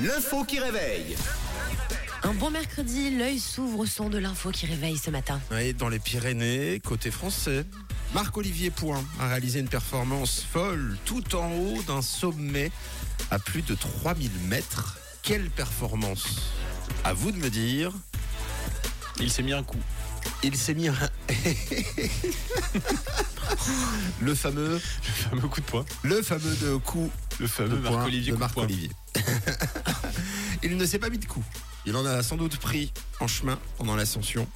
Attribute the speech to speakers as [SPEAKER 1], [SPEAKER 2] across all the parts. [SPEAKER 1] L'info qui réveille.
[SPEAKER 2] Un bon mercredi, l'œil s'ouvre au son de l'info qui réveille ce matin.
[SPEAKER 3] Oui, dans les Pyrénées, côté français, Marc-Olivier Point a réalisé une performance folle tout en haut d'un sommet à plus de 3000 mètres. Quelle performance À vous de me dire.
[SPEAKER 4] Il s'est mis un coup.
[SPEAKER 3] Il s'est mis un... le
[SPEAKER 4] Le
[SPEAKER 3] fameux,
[SPEAKER 4] fameux coup de poing.
[SPEAKER 3] le fameux de coup
[SPEAKER 4] Le fameux
[SPEAKER 3] de poing
[SPEAKER 4] Marc-Olivier
[SPEAKER 3] de
[SPEAKER 4] coup de poing.
[SPEAKER 3] Marc-Olivier. Il ne s'est pas mis de coup. Il en a sans doute pris en chemin pendant l'ascension.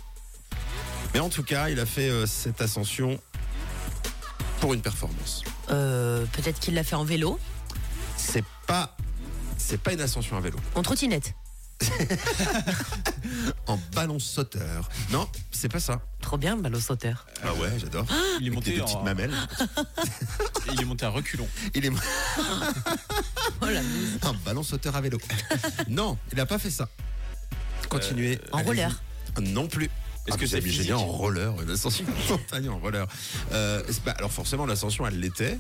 [SPEAKER 3] Mais en tout cas, il a fait euh, cette ascension pour une performance.
[SPEAKER 2] Euh, Peut-être qu'il l'a fait en vélo,
[SPEAKER 3] C'est pas c'est pas une ascension à vélo,
[SPEAKER 2] en trottinette.
[SPEAKER 3] en ballon sauteur. Non, c'est pas ça.
[SPEAKER 2] Trop bien le ballon sauteur.
[SPEAKER 3] Ah ouais, j'adore.
[SPEAKER 4] Il est
[SPEAKER 3] Avec tes
[SPEAKER 4] monté
[SPEAKER 3] deux
[SPEAKER 4] en-
[SPEAKER 3] petites mamelles.
[SPEAKER 4] Il est monté à reculons.
[SPEAKER 3] Il est
[SPEAKER 2] Oh la
[SPEAKER 3] un ballon sauteur à vélo. non, il n'a pas fait ça. Continuez.
[SPEAKER 2] En
[SPEAKER 3] allez-y.
[SPEAKER 2] roller.
[SPEAKER 3] Non plus.
[SPEAKER 4] Euh,
[SPEAKER 3] Ah,
[SPEAKER 4] Est-ce que
[SPEAKER 3] vous
[SPEAKER 4] c'est
[SPEAKER 3] avez- j'ai dit
[SPEAKER 4] physique
[SPEAKER 3] en roller, une ascension montagne en roller. Euh, c'est pas- alors forcément, l'ascension, elle l'était.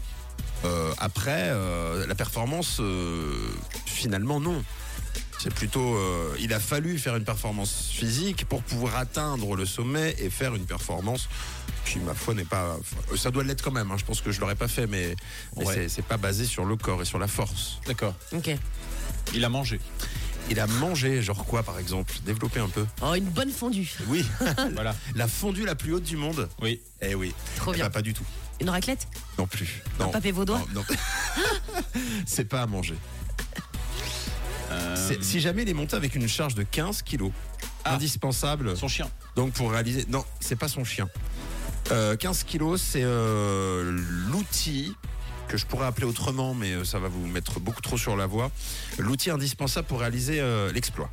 [SPEAKER 3] Euh, après, euh, la performance, euh, finalement, non. C'est plutôt, euh, il a fallu faire une performance physique pour pouvoir atteindre le sommet et faire une performance qui, ma foi, n'est pas. enfin, Ça doit l'être quand même. hein. Je pense que je l'aurais pas fait, mais, mais
[SPEAKER 4] Ouais.
[SPEAKER 3] c'est- c'est pas basé sur le corps et sur la force.
[SPEAKER 4] D'accord.
[SPEAKER 2] Ok.
[SPEAKER 4] Il a mangé.
[SPEAKER 3] Il a mangé, genre quoi par exemple Développez un peu.
[SPEAKER 2] Oh, une bonne fondue.
[SPEAKER 3] Oui,
[SPEAKER 4] Voilà.
[SPEAKER 3] la fondue la plus haute du monde.
[SPEAKER 4] Oui.
[SPEAKER 3] Eh oui.
[SPEAKER 2] Trop
[SPEAKER 3] Eh
[SPEAKER 2] bien.
[SPEAKER 3] ben, pas du tout.
[SPEAKER 2] Une raclette
[SPEAKER 3] Non plus.
[SPEAKER 2] Un
[SPEAKER 3] Non.
[SPEAKER 2] papé vaudois
[SPEAKER 3] Non, non. C'est pas à manger.
[SPEAKER 4] Euh,
[SPEAKER 3] C'est- Si jamais il est monté avec une charge de 15 kilos,
[SPEAKER 4] Ah.
[SPEAKER 3] indispensable.
[SPEAKER 4] Son chien.
[SPEAKER 3] Donc pour réaliser. Non, c'est pas son chien. Euh, 15 kilos, c'est euh, l'outil que je pourrais appeler autrement, mais euh, ça va vous mettre beaucoup trop sur la voie. L'outil indispensable pour réaliser euh, l'exploit.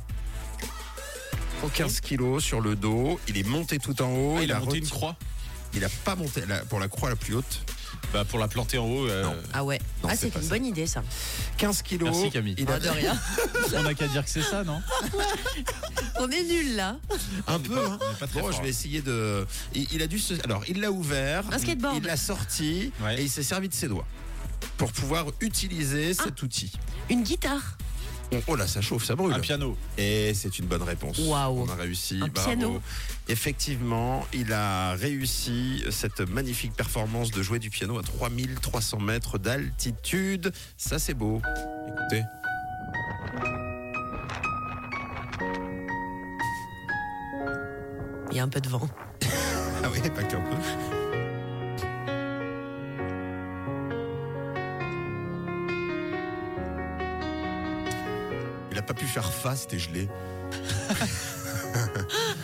[SPEAKER 3] 15 kilos sur le dos, il est monté tout en haut.
[SPEAKER 4] Ah, il a monté
[SPEAKER 3] reti-
[SPEAKER 4] une croix.
[SPEAKER 3] Il a pas monté la- pour la croix la plus haute.
[SPEAKER 4] Bah, pour la planter en haut. euh,
[SPEAKER 3] Non.
[SPEAKER 2] Ah ouais.
[SPEAKER 3] Non,
[SPEAKER 2] ah
[SPEAKER 3] c'est
[SPEAKER 2] c'est
[SPEAKER 3] pas
[SPEAKER 2] une
[SPEAKER 3] ça.
[SPEAKER 2] bonne idée ça. Ah,
[SPEAKER 3] 15 kilos.
[SPEAKER 4] Merci, Camille.
[SPEAKER 3] Il a
[SPEAKER 2] De rien.
[SPEAKER 4] On n'a qu'à dire que c'est ça, non
[SPEAKER 2] On est nuls là.
[SPEAKER 3] un peu. hein.
[SPEAKER 4] On est pas très
[SPEAKER 3] Bon,
[SPEAKER 4] fort.
[SPEAKER 3] je vais essayer de. Il, il a dû. se- Alors, il l'a ouvert.
[SPEAKER 2] Un skateboard.
[SPEAKER 3] Il l'a sorti
[SPEAKER 4] Ouais.
[SPEAKER 3] et il s'est servi de ses doigts pour pouvoir utiliser cet
[SPEAKER 2] Ah.
[SPEAKER 3] outil.
[SPEAKER 2] Une guitare.
[SPEAKER 3] On- Oh là, ça chauffe, ça brûle.
[SPEAKER 4] Un piano.
[SPEAKER 3] Et c'est une bonne réponse.
[SPEAKER 2] Waouh.
[SPEAKER 3] On a réussi.
[SPEAKER 2] Un
[SPEAKER 3] bravo.
[SPEAKER 2] piano.
[SPEAKER 3] Effectivement, il a réussi cette magnifique performance de jouer du piano à 3300 mètres d'altitude. Ça, c'est beau. Écoutez.
[SPEAKER 2] Il y a un peu de vent.
[SPEAKER 3] Ah oui, pas qu'un peu. Il a pas pu faire face, c'était gelé.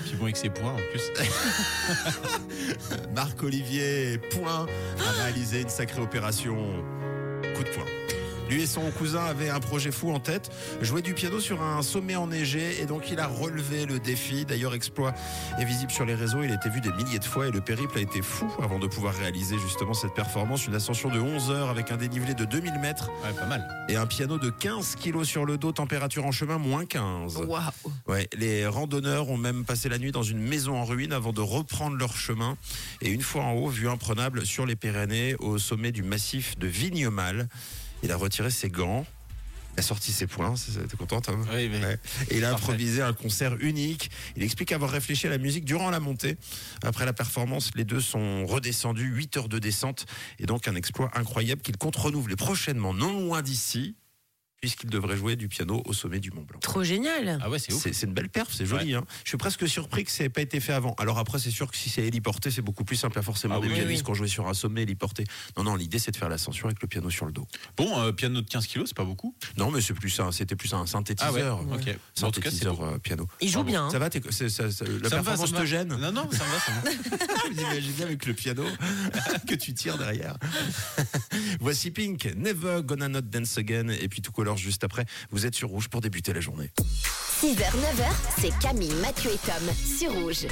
[SPEAKER 4] Puis bon, avec ses poings en plus.
[SPEAKER 3] Marc-Olivier Point a réalisé une sacrée opération. Coup de poing. Lui et son cousin avaient un projet fou en tête, jouer du piano sur un sommet enneigé et donc il a relevé le défi. D'ailleurs, exploit est visible sur les réseaux, il a été vu des milliers de fois et le périple a été fou avant de pouvoir réaliser justement cette performance. Une ascension de 11 heures avec un dénivelé de 2000 mètres
[SPEAKER 4] Ouais, pas mal.
[SPEAKER 3] et un piano de 15 kilos sur le dos, température en chemin moins 15.
[SPEAKER 2] Waouh.
[SPEAKER 3] Ouais, les randonneurs ont même passé la nuit dans une maison en ruine avant de reprendre leur chemin. Et une fois en haut, vue imprenable sur les Pyrénées, au sommet du massif de Vignemal, il a retiré ses gants, il a sorti ses poings, ça, ça, t'es contente hein
[SPEAKER 4] Oui, mais-
[SPEAKER 3] Ouais. Et il a
[SPEAKER 4] Parfait.
[SPEAKER 3] improvisé un concert unique. Il explique avoir réfléchi à la musique durant la montée. Après la performance, les deux sont redescendus, 8 heures de descente, et donc un exploit incroyable qu'il compte renouveler prochainement, non loin d'ici, puisqu'il devrait jouer du piano au sommet du Mont Blanc.
[SPEAKER 2] Trop génial.
[SPEAKER 4] Ah ouais, c'est ouf.
[SPEAKER 3] C'est c'est une belle perf, c'est joli. hein. Je suis presque surpris que ça n'ait pas été fait avant. Alors après, c'est sûr que si c'est héliporté, c'est beaucoup plus simple. à forcément
[SPEAKER 4] Ah
[SPEAKER 3] des
[SPEAKER 4] oui,
[SPEAKER 3] pianistes
[SPEAKER 2] oui, oui.
[SPEAKER 3] qui ont joué sur un sommet héliporté. Non, non, l'idée c'est de faire l'ascension avec le piano sur le dos.
[SPEAKER 4] Bon, euh, piano de 15 kilos, c'est pas beaucoup. Ah
[SPEAKER 3] Non, mais c'est plus ça. C'était plus un synthétiseur.
[SPEAKER 4] Ok. Bon, en tout cas, c'est
[SPEAKER 3] Synthétiseur
[SPEAKER 4] beau.
[SPEAKER 3] euh, piano.
[SPEAKER 2] Il joue
[SPEAKER 4] Bravo.
[SPEAKER 2] bien. hein.
[SPEAKER 3] Ça va t'es- c'est- ça- ça- La
[SPEAKER 4] Ça me va,
[SPEAKER 3] performance
[SPEAKER 4] ça me
[SPEAKER 3] te
[SPEAKER 4] va.
[SPEAKER 3] gêne
[SPEAKER 4] Non, non, ça me va, ça me va.
[SPEAKER 3] Vous imaginez avec le piano que tu tires derrière. Voici Pink, Never Gonna Not Dance Again. Et puis tout color juste après. Vous êtes sur rouge pour débuter la journée.
[SPEAKER 5] 6h, 9h, c'est Camille, Mathieu et Tom sur Rouge.